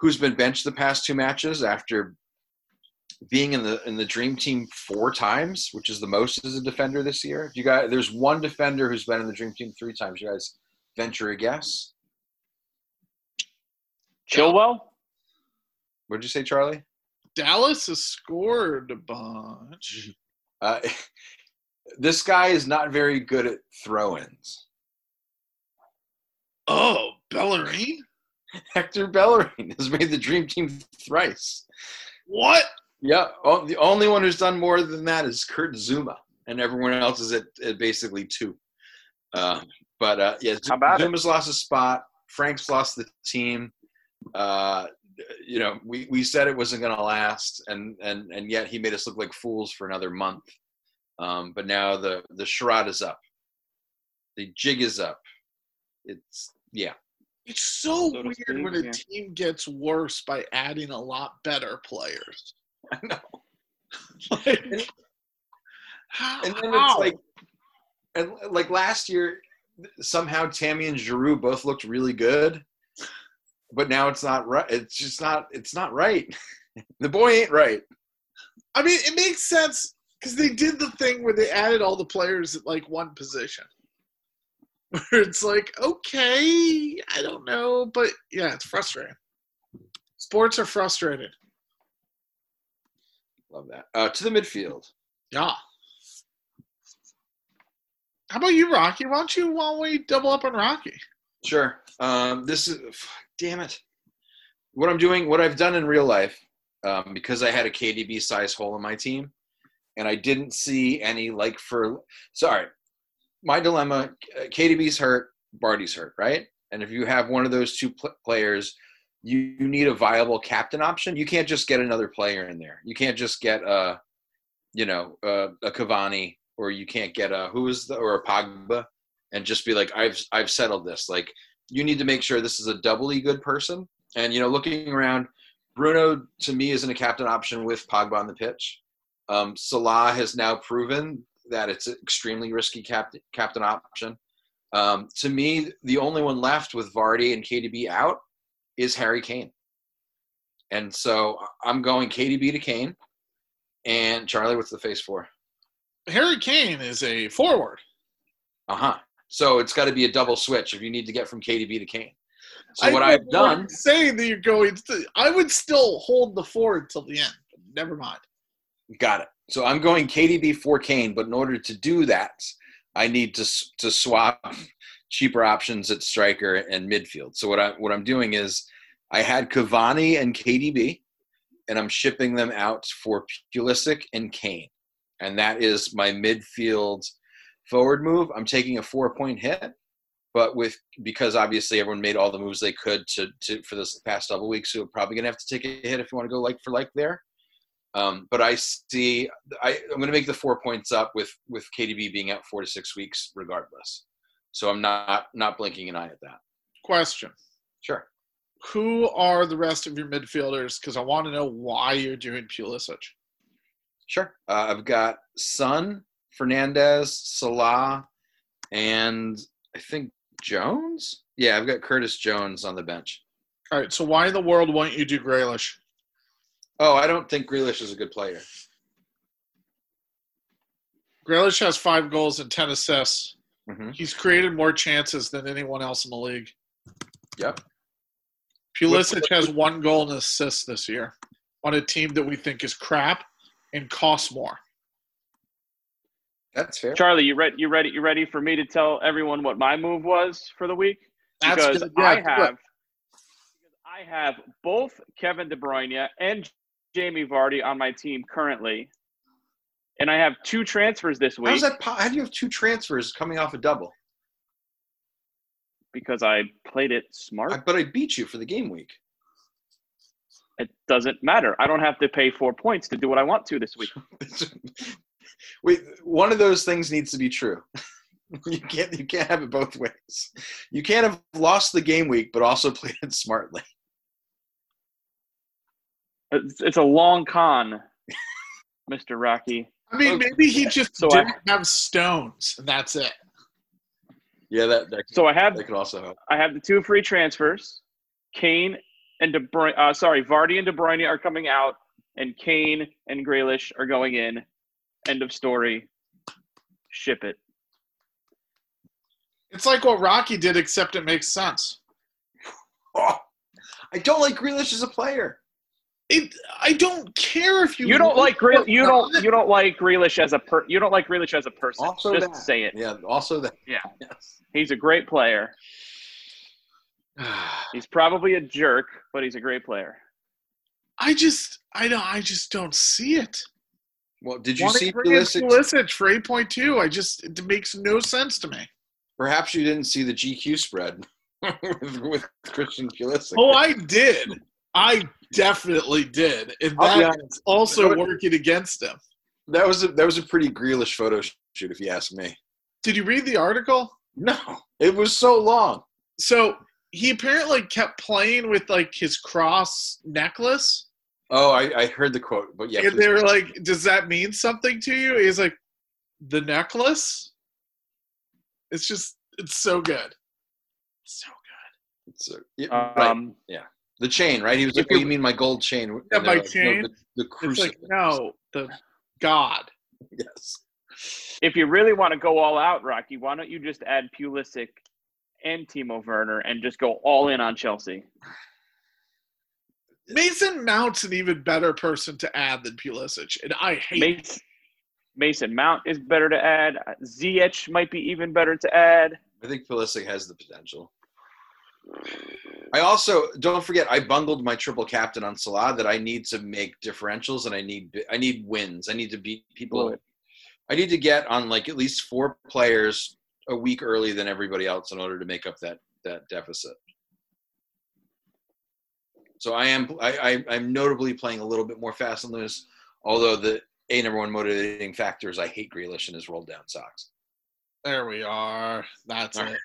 who's been benched the past two matches after being in the in the dream team four times, which is the most as a defender this year. If you guys, there's one defender who's been in the dream team three times. You guys venture a guess? Chilwell? What did you say, Charlie? Dallas has scored a bunch. Uh, <laughs> this guy is not very good at throw-ins. Oh, Bellarine? Hector Bellerin has made the dream team thrice. What? Yeah, o- the only one who's done more than that is Kurt Zuma, and everyone else is at, at basically two. Uh, but uh, yeah, How about it? Zuma's lost a spot. Frank's lost the team. Uh, you know, we, we said it wasn't going to last, and, and and yet he made us look like fools for another month. Um, but now the the charade is up. The jig is up. It's yeah. It's so, So to weird speak, when a yeah. team gets worse by adding a lot better players. <laughs> I know. <laughs> Like, how? and then it's like, and like last year, somehow Tammy and Giroux both looked really good, but now it's not right. It's just not. It's not right. <laughs> the boy ain't right. I mean, it makes sense because they did the thing where they added all the players at like one position. <laughs> Where it's like, okay, I don't know, but yeah, it's frustrating. Sports are frustrated. Love that. Uh, to the midfield. Yeah. How about you, Rocky? Why don't you while we double up on Rocky? Sure. Um, this is. fuck, Damn it. What I'm doing, what I've done in real life, um, because I had a KDB size hole in my team, and I didn't see any like for. Sorry, my dilemma: uh, KDB's hurt, Barty's hurt, right? And if you have one of those two pl- players, you, you need a viable captain option. You can't just get another player in there. You can't just get a, you know, a, a Cavani, or you can't get a who is the or a Pogba, and just be like, I've I've settled this. Like you need to make sure this is a doubly good person. And you know, looking around, Bruno to me isn't a captain option with Pogba on the pitch. Um, Salah has now proven that it's an extremely risky captain captain option. Um, to me, the only one left with Vardy and KDB out is Harry Kane. And so I'm going KDB to Kane. And Charlie, what's the face for? Harry Kane is a forward. Uh huh. So it's got to be a double switch if you need to get from KDB to Kane. So I what know I've you done weren't saying that you're going to I would still hold the forward till the end. Never mind. Got it. So I'm going KDB for Kane, but in order to do that, I need to s- to swap cheaper options at striker and midfield. So what I what I'm doing is I had Cavani and KDB, and I'm shipping them out for Pulisic and Kane, and that is my midfield forward move. I'm taking a four point hit, but with because obviously everyone made all the moves they could to, to for this past double week, so we're probably gonna have to take a hit if you want to go like for like there. Um, but I see I, I'm going to make the four points up with with KDB being out four to six weeks regardless. So I'm not not blinking an eye at that. Question. Sure. Who are the rest of your midfielders? Because I want to know why you're doing Pulisic. Sure. Uh, I've got Sun, Fernandez, Salah, and I think Jones. Yeah, I've got Curtis Jones on the bench. All right, so why in the world won't you do Graylish? Oh, I don't think Grealish is a good player. Graylish has five goals and ten assists. hmm He's created more chances than anyone else in the league. Yep. Pulisic has one goal and an assist this year on a team that we think is crap and costs more. That's fair. Charlie, you ready? You ready? You ready for me to tell everyone what my move was for the week? because good. I Yeah, do it. have because I have both Kevin De Bruyne and Jamie Vardy on my team currently, and I have two transfers this week How's that? po- How do you have two transfers coming off a double? because I played it smart. I, but I beat you for the game week. It doesn't matter. I don't have to pay four points to do what I want to this week. <laughs> Wait, one of those things needs to be true. <laughs> you can't you can't have it both ways. You can't have lost the game week but also <laughs> played it smartly. It's, it's a long con, Mister Rocky. I mean, maybe he just So I- didn't have stones, and that's it. Yeah, that that, So I have that could also help. I have the two free transfers. Kane and De Bruyne, uh, sorry, Vardy and De Bruyne are coming out. and Kane and Graylish are going in. End of story. Ship it. It's like what Rocky did, except it makes sense. Oh, I don't like Grealish as a player. It, I don't care if you. You don't like or Greel, you don't not. you don't like Grealish as a per, you don't like Grealish as a person. Also Just that. say it. Yeah. Also that. Yeah. Yes. <sighs> He's a great player. He's probably a jerk, but he's a great player. I just, I don't, I just don't see it. Well, did you Wanna see bring in Pulisic? Pulisic for eight point two? I just, it makes no sense to me. Perhaps you didn't see the GQ spread <laughs> with, with Christian Pulisic. Oh, I did. I definitely did, and I'll be that is also You know what- working against him. that was a, that was a pretty Grealish photo shoot, if you ask me. Did you read the article? No, it was so long. So he apparently kept playing with like his cross necklace, Oh, I, I heard the quote, but yeah, and they were like, "Does that mean something to you?" He's like, "The necklace." It's just, it's so good. So it's, uh, yeah, Um, right. the chain, right? He was like, if "What do you- you mean, my gold chain?" And they're Yeah, my like, "No, chain." the, the good. It's crucifix. like no, the God. <laughs> Yes. If you really want to go all out, Rocky, why don't you just add Pulisic and Timo Werner and just go all in on Chelsea? Mason Mount's an even better person to add than Pulisic, and I hate. Mason, Mason Mount is better to add. Ziyech might be even better to add. I think Pulisic has the potential. I also don't forget I bungled my triple captain on Salah that I need to make differentials and I need I need wins. I need to beat people. Blew I need to get on like at least four players a week early than everybody else in order to make up that that deficit. So I am I, I I'm notably playing a little bit more fast and loose, although the a number one motivating factor is I hate Grealish and his rolled down socks. There we are. That's All it.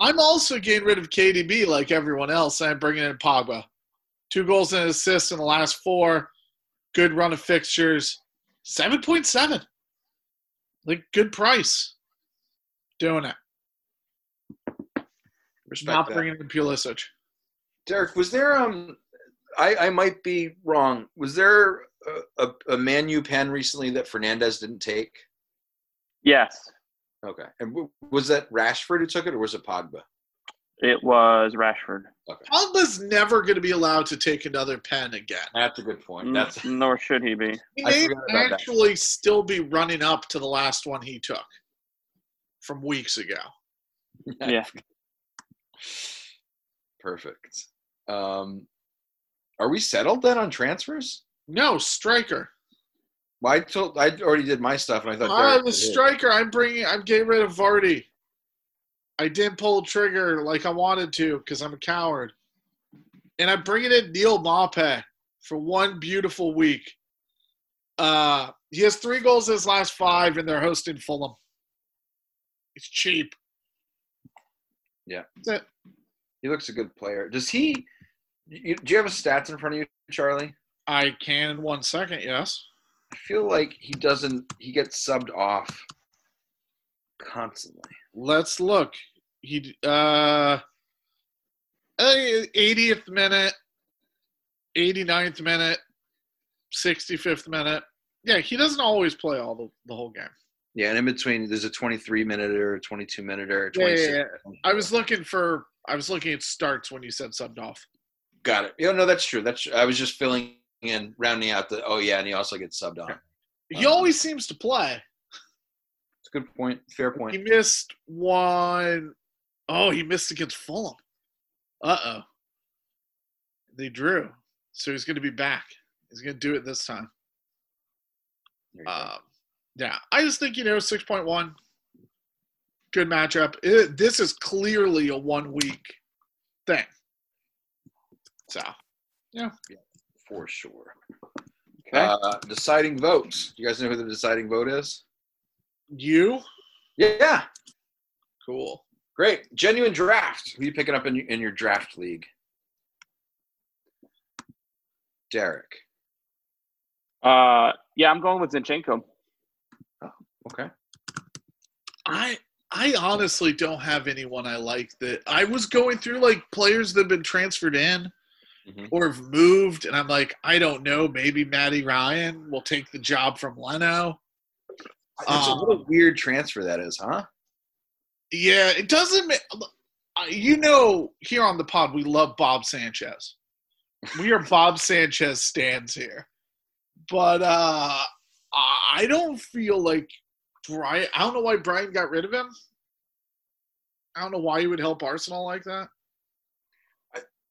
I'm also getting rid of KDB like everyone else. and I'm bringing in Pogba. Two goals and an assist in the last four. Good run of fixtures. 7.7. Like, good price. Doing it. Respect Not that. bringing in Pulisic. Derek, was there um, I I might be wrong. Was there a, a, a Man U pen recently that Fernandez didn't take? Yes, Okay, and w- was that Rashford who took it, or was it Pogba? it was Rashford. Pogba's never going to be allowed to take another pen again. That's a good point. <laughs> N- That's Nor should he be. He I may forgot about that. actually still be running up to the last one he took from weeks ago. Yeah. perfect. Um, are we settled then on transfers? No, striker. Well, I told I already did my stuff, and I thought Ah, Derek the did his. striker. I'm bringing. I'm getting rid of Vardy. I didn't pull the trigger like I wanted to because I'm a coward. And I'm bringing in Neil Mape for one beautiful week. Uh, he has three goals in his last five, and they're hosting Fulham. It's cheap. Yeah. That's it. He looks a good player. Does he? You, do you have his stats in front of you, Charlie? I can in one second. Yes. I feel like he doesn't. He gets subbed off constantly. Let's look. He d- uh, eh, 80th minute, 89th minute, 65th minute. Yeah, he doesn't always play all the, the whole game. Yeah, and in between, there's a 23 minute or a 22 minute or a Yeah, 26. yeah, yeah. I was looking for I was looking at starts when you said subbed off. got it. Yeah, no, that's true. That's I was just filling in, rounding out the. Oh yeah, and he also gets subbed on. It's He Um, always seems to play. a good point. Fair He point. missed one oh he missed against Fulham. Uh oh. They drew. So he's gonna be back. He's gonna do it this time. There you go. Um, yeah, I just think you know six point one, good matchup. It, this is clearly a one week thing. So For sure. Okay. Uh, deciding votes. You guys know who the deciding vote is? you Yeah. cool. Great. Genuine draft. Who you picking up in your, in your draft league? Derek. uh, yeah, I'm going with Zinchenko. Okay. I I honestly don't have anyone I like that. I was going through like players that have been transferred in, Mhm. or have moved, and I'm like, I don't know. Maybe Matty Ryan will take the job from Leno. That's Um, a little weird transfer that is, huh? Yeah, it doesn't. ma- uh, You know, here on the pod, we love Bob Sanchez. We are Bob Sanchez stands here, but uh I I don't feel like Brian. I don't know why Brian got rid of him. I don't know why you would help Arsenal like that.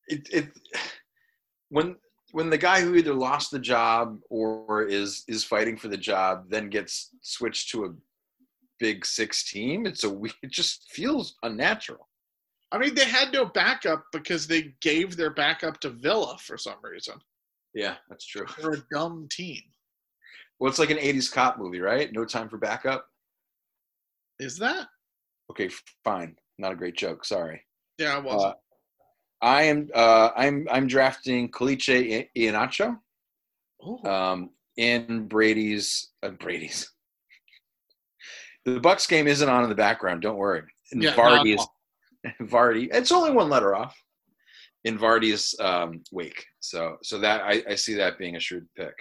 It, it when when the guy who either lost the job or is is fighting for the job then gets switched to a big six team, it's a we- it just feels unnatural. I mean, they had no backup because they gave their backup to Villa for some reason. Yeah, that's true. They're a dumb team. Well, it's like an '80s cop movie, right? No time for backup. Is that? Okay, fine. Not a great joke. Sorry. Yeah, it Uh, wasn't. I am. Uh, I'm. I'm drafting Caliche Ianacho. Ooh. um, in Brady's uh, Brady's. The Bucks game isn't on in the background. Don't worry. In Yeah, Vardy's not <laughs> Vardy. It's only one letter off. In Vardy's um, wake. So so that I, I see that being a shrewd pick.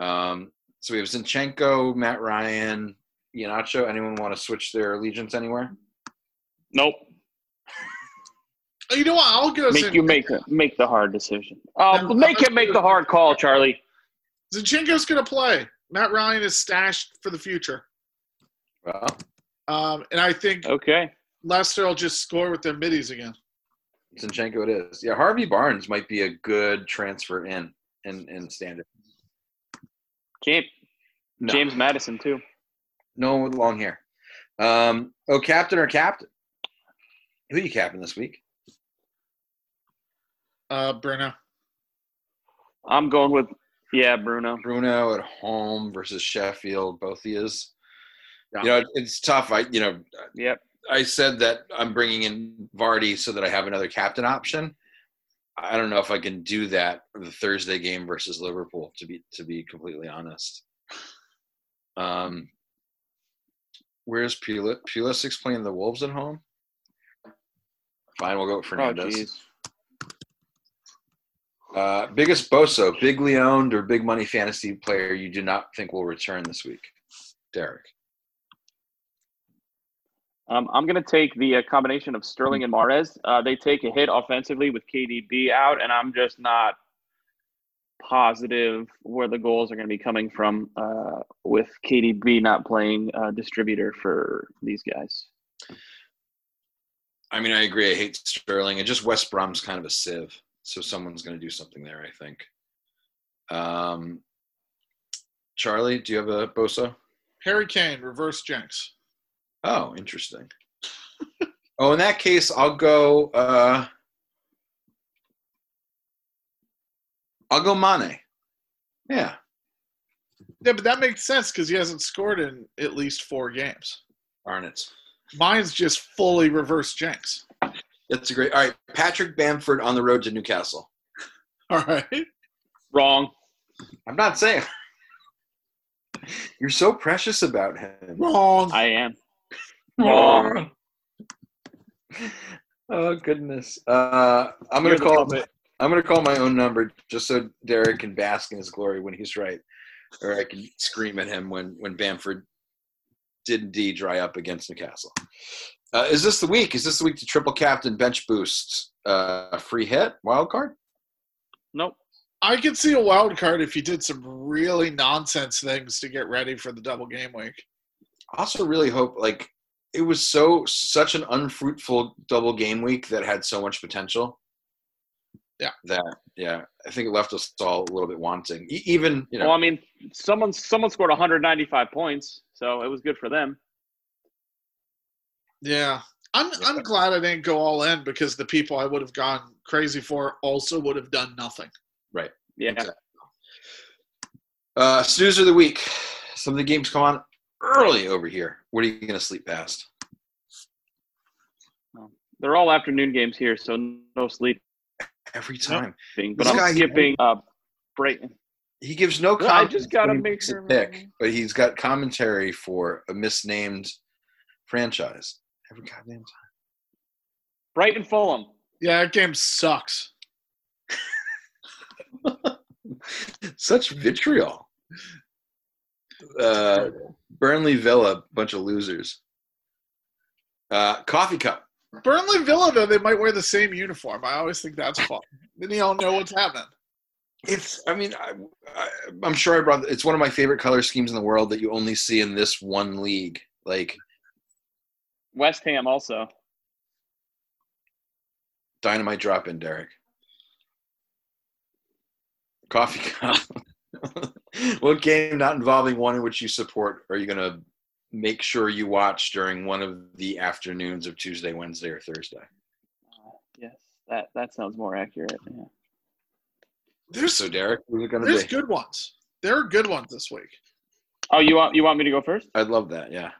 Um, so we have Zinchenko, Matt Ryan, Ianacho. Anyone want to switch their allegiance anywhere? Nope. Oh, you know what? I'll go. Make you Zinchenko. make make the hard decision. No, Uh, no, make no. him make the hard call, Charlie. Zinchenko's going to play. Matt Ryan is stashed for the future. Well, Um, and I think Oh. Okay. Leicester will just score with their middies again. Zinchenko it is. Yeah, Harvey Barnes might be a good transfer in in, in standard. James No. James Madison too. No one with long hair. Um, oh, captain or captain? Who you captain this week? Uh, Bruno. I'm going with yeah, Bruno. Bruno at home versus Sheffield. Both he is. Yeah. You know, it's tough. I, you know, Yep. I said that I'm bringing in Vardy so that I have another captain option. I don't know if I can do that for the Thursday game versus Liverpool. To be to be completely honest, um, where's Pul- Pulisic playing the Wolves at home? Fine, we'll go with Oh Fernandez. jeez. Uh, biggest Boso, bigly owned or big money fantasy player you do not think will return this week, Derek. Um, I'm going to take the uh, combination of Sterling and Mares. Uh, they take a hit offensively with KDB out, and I'm just not positive where the goals are going to be coming from uh, with KDB not playing uh, distributor for these guys. I mean, I agree. I hate Sterling, and just West Brom's kind of a sieve, so someone's going to do something there. I think. Um, Charlie, do you have a Boso? Harry Kane, reverse jinx. Oh, <laughs> interesting. oh, in that case, I'll go. Uh, I'll go Mane. Yeah, Yeah, but that makes sense because he hasn't scored in at least four games. Arnott's. Mine's just fully reverse jinx. That's a great. All right, Patrick Bamford on the road to Newcastle. <laughs> All right. Wrong. I'm not saying. <laughs> You're so precious about him. Wrong. I am. Oh, goodness. Uh, I'm gonna Oh, You're the call. puppet. I'm gonna call my own number just so Derek can bask in his glory when he's right, or I can scream at him when when Bamford did indeed dry up against Newcastle. Uh, is this the week? Is this the week to triple captain bench boost? Uh, free hit, wild card. Nope. I could see a wild card if you did some really nonsense things to get ready for the double game week. also really hope like it was so such an unfruitful double game week that had so much potential. Yeah. That yeah, I think it left us all a little bit wanting. E- even you know, Well, I mean, someone someone scored 195 points, so it was good for them. Yeah. I'm I'm glad I didn't go all in because the people I would have gone crazy for also would have done nothing. Yeah. Exactly. uh, snooze of the week. Some of the games come on early over here. What are you gonna sleep past? They're all afternoon games here, so no sleeping. Every time But This I'm guy- skipping uh, Brighton. he gives no Well, comment. I just gotta when he make makes a sure- pick, but he's got commentary for a misnamed franchise every goddamn time. Brighton Fulham. Yeah, that game sucks. Such vitriol. Uh, Burnley Villa, bunch of losers. Uh, coffee cup. Burnley Villa, though, they might wear the same uniform. I always think that's fun. then you all know what's happening. It's. I mean, I, I, I'm sure I brought. It's one of my favorite color schemes in the world that you only see in this one league. Like West Ham also. dynamite drop in, Derek. Coffee <laughs> cup. what game not involving one in which you support are you going to make sure you watch during one of the afternoons of Tuesday, Wednesday, or Thursday? Yes, that that sounds more accurate. Yeah. There's So, Derek, who's it going there's to be? good ones. There are good ones this week. Oh, you want you want me to go first? I'd love that. Yeah.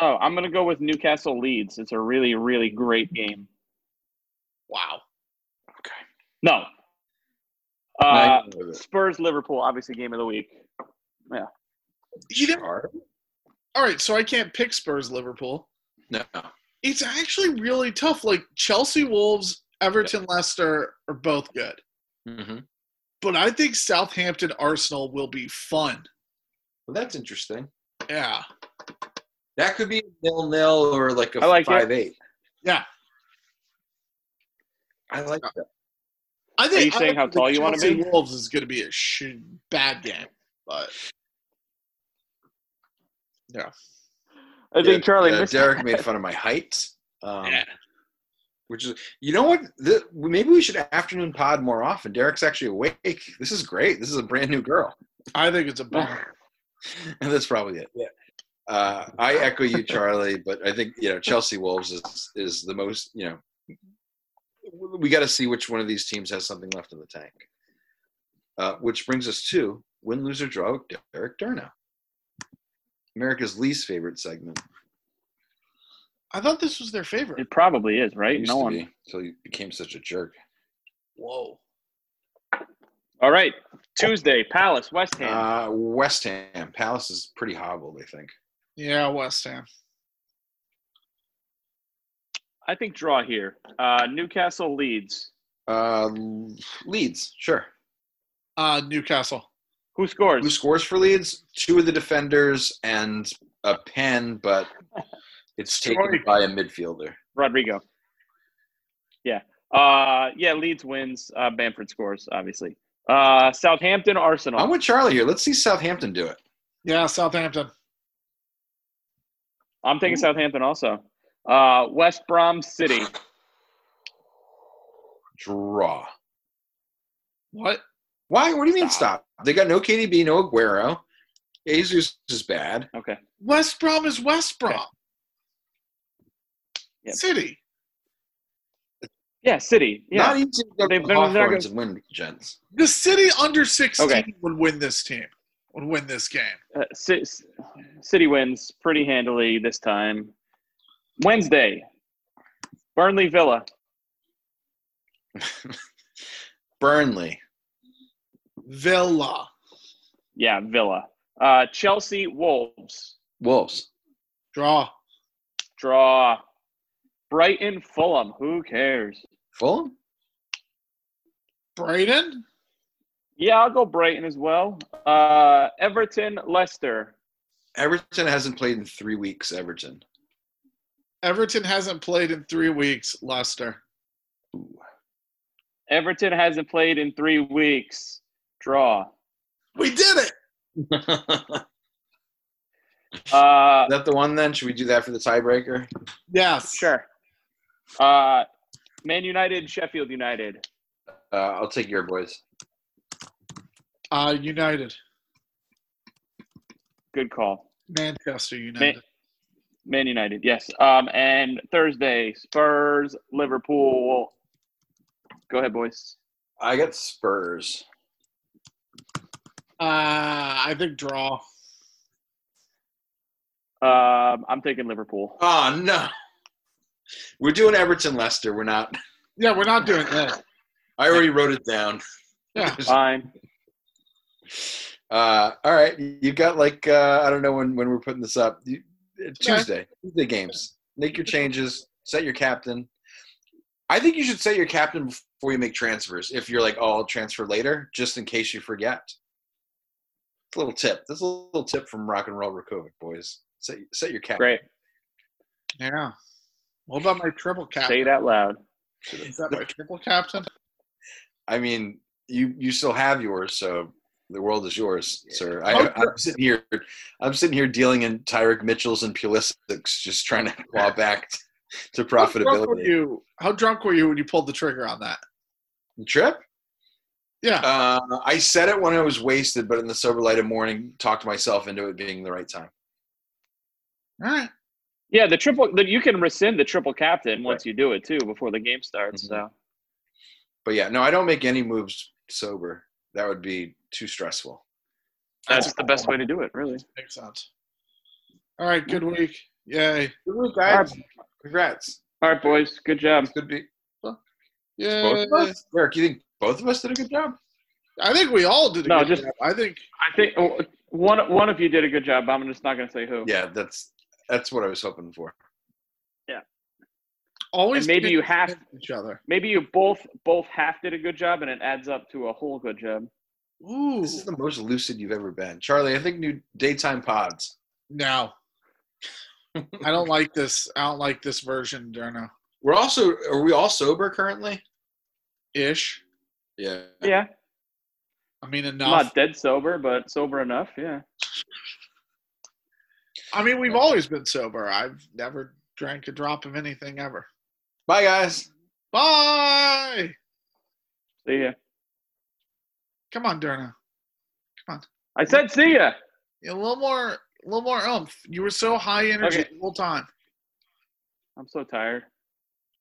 Oh, I'm gonna go with Newcastle Leeds. It's a really really great game. Wow. Okay. No. I Uh, agree with it. Spurs Liverpool, obviously game of the week. You know, Sure. all right, so I can't pick Spurs Liverpool. No. It's actually really tough. Like Chelsea Wolves, Everton Leicester are both good. hmm But I think Southampton Arsenal will be fun. Well, that's interesting. Yeah. That could be nil nil or like a I like it. five eight. Yeah. I like that. I think Are you saying I how think tall you wanna Chelsea be? Wolves is going to be a sh- bad game, but I think Charlie uh, missed Derek made fun of my height. Um, Yeah. Which is, you know what? The, maybe we should afternoon pod more often. Derek's actually awake. This is great. This is a brand new girl. I think it's a bummer. And <laughs> that's probably it. Yeah. Uh, I echo you, Charlie, but I think you know Chelsea Wolves is is the most. You know, we got to see which one of these teams has something left in the tank. Uh, which brings us to win, lose, or draw. with Derek Durnow, America's least favorite segment. I thought this was their <laughs> favorite. It probably is, It right? used No to one. be until you became such a jerk. Whoa. All right. Tuesday, Palace, West Ham. Uh, West Ham. Palace is pretty hobbled, I think. Yeah, West Ham. I think draw here. Uh, Newcastle Leeds. Uh, Leeds, sure. Uh, Newcastle. Who scores? Who scores for Leeds? Two of the defenders and a pen, but it's taken Strike. by a midfielder. Rodrigo. Yeah. Uh, yeah, Leeds wins. Uh, Bamford scores, obviously. Uh, Southampton, Arsenal. I'm with Charlie here. Let's see Southampton do it. Yeah, Southampton. I'm taking Southampton also. Uh, West Brom City. Draw. What? Why? What do you mean Stop. stop? They got no KDB, no Aguero. Jesus is bad. Okay. West Brom is West Brom. Yep. City. Yeah, City. Not e- Yeah. easy to go to the They've been- they're not Hawthorns gonna- and win, gents. The City under 16 Okay. would win this team, would win this game. Uh, Ci- City wins pretty handily this time. Wednesday, Burnley Villa. Burnley. Villa. Yeah, Villa. Uh, Chelsea Wolves. Wolves. Draw. Draw. Brighton Fulham. Who cares? Fulham? Brighton. Yeah, I'll go Brighton as well. Uh, Everton Leicester. Everton hasn't played in three weeks. Everton. <laughs> Everton hasn't played in three weeks. Leicester. Ooh. Everton hasn't played in three weeks. Draw. We did it. Is that Uh, the one then? Should we do that for the tiebreaker? Yes. sure. Uh, Man United Sheffield United. Uh, I'll take your boys. Uh, United. Good call. Manchester United. Man, Man United. Yes. Um, and Thursday Spurs Liverpool. Go ahead, boys. I got Spurs. Uh, I think draw. Um, I'm taking Liverpool. Oh no. We're doing Everton Leicester. We're not. Yeah, we're not doing that. I already wrote it down. Yeah. Fine. Uh, all right. You've got like uh, I don't know when when we're putting this up. uh, You, Tuesday. Tuesday games. Make your changes. Set your captain. I think you should set your captain before you make transfers. If you're like, "Oh, I'll transfer later," just in case you forget. It's a little tip. This is a little tip from Rock and Roll Rakovic boys. Set set your captain. Great. Yeah. What about my triple Say captain? it out loud. Is that my triple captain? I mean, you you still have yours, so the world is yours, sir. I, Oh, I'm sitting here, I'm sitting here dealing in Tyrick Mitchells and Pulisics, just trying <laughs> to claw back t- to How drunk, were profitability. you, how drunk were you when you pulled the trigger on that? Trip? Yeah. Uh, I said it when I was wasted, but in the sober light of morning, talked myself into it being the right time. All right. Yeah, the triple. The, you can rescind the triple captain once you do it too, before the game starts. Mhm. So But yeah, no, I don't make any moves sober. That would be too stressful. that's the best way to do it, really. Makes sense. All right. Good week. Yay. Good luck, guys. Congrats. All right, boys. Good job. Could be Yay. both of us. Eric, you think both of us did a good job? I think we all did a No, good just- job. I think I think oh, one one of you did a good job. I'm just not going to say who. Yeah, that's that's what I was hoping for. always. And maybe pick you have- each other. Maybe you both both half did a good job, and it adds up to a whole good job. Ooh. This is the most lucid you've ever been, Charlie. I think new daytime pods. No. I don't like this. I don't like this version, Derno. We're also are we all sober currently? Ish. Yeah. Yeah, I mean, I'm enough. not dead sober, but sober enough. Yeah. I mean, we've always been sober. I've never drank a drop of anything ever. Bye, guys. Bye. See ya. Come on, Derno. I said see ya. A little more, a little more oomph. You were so high energy Okay. the whole time. I'm so tired.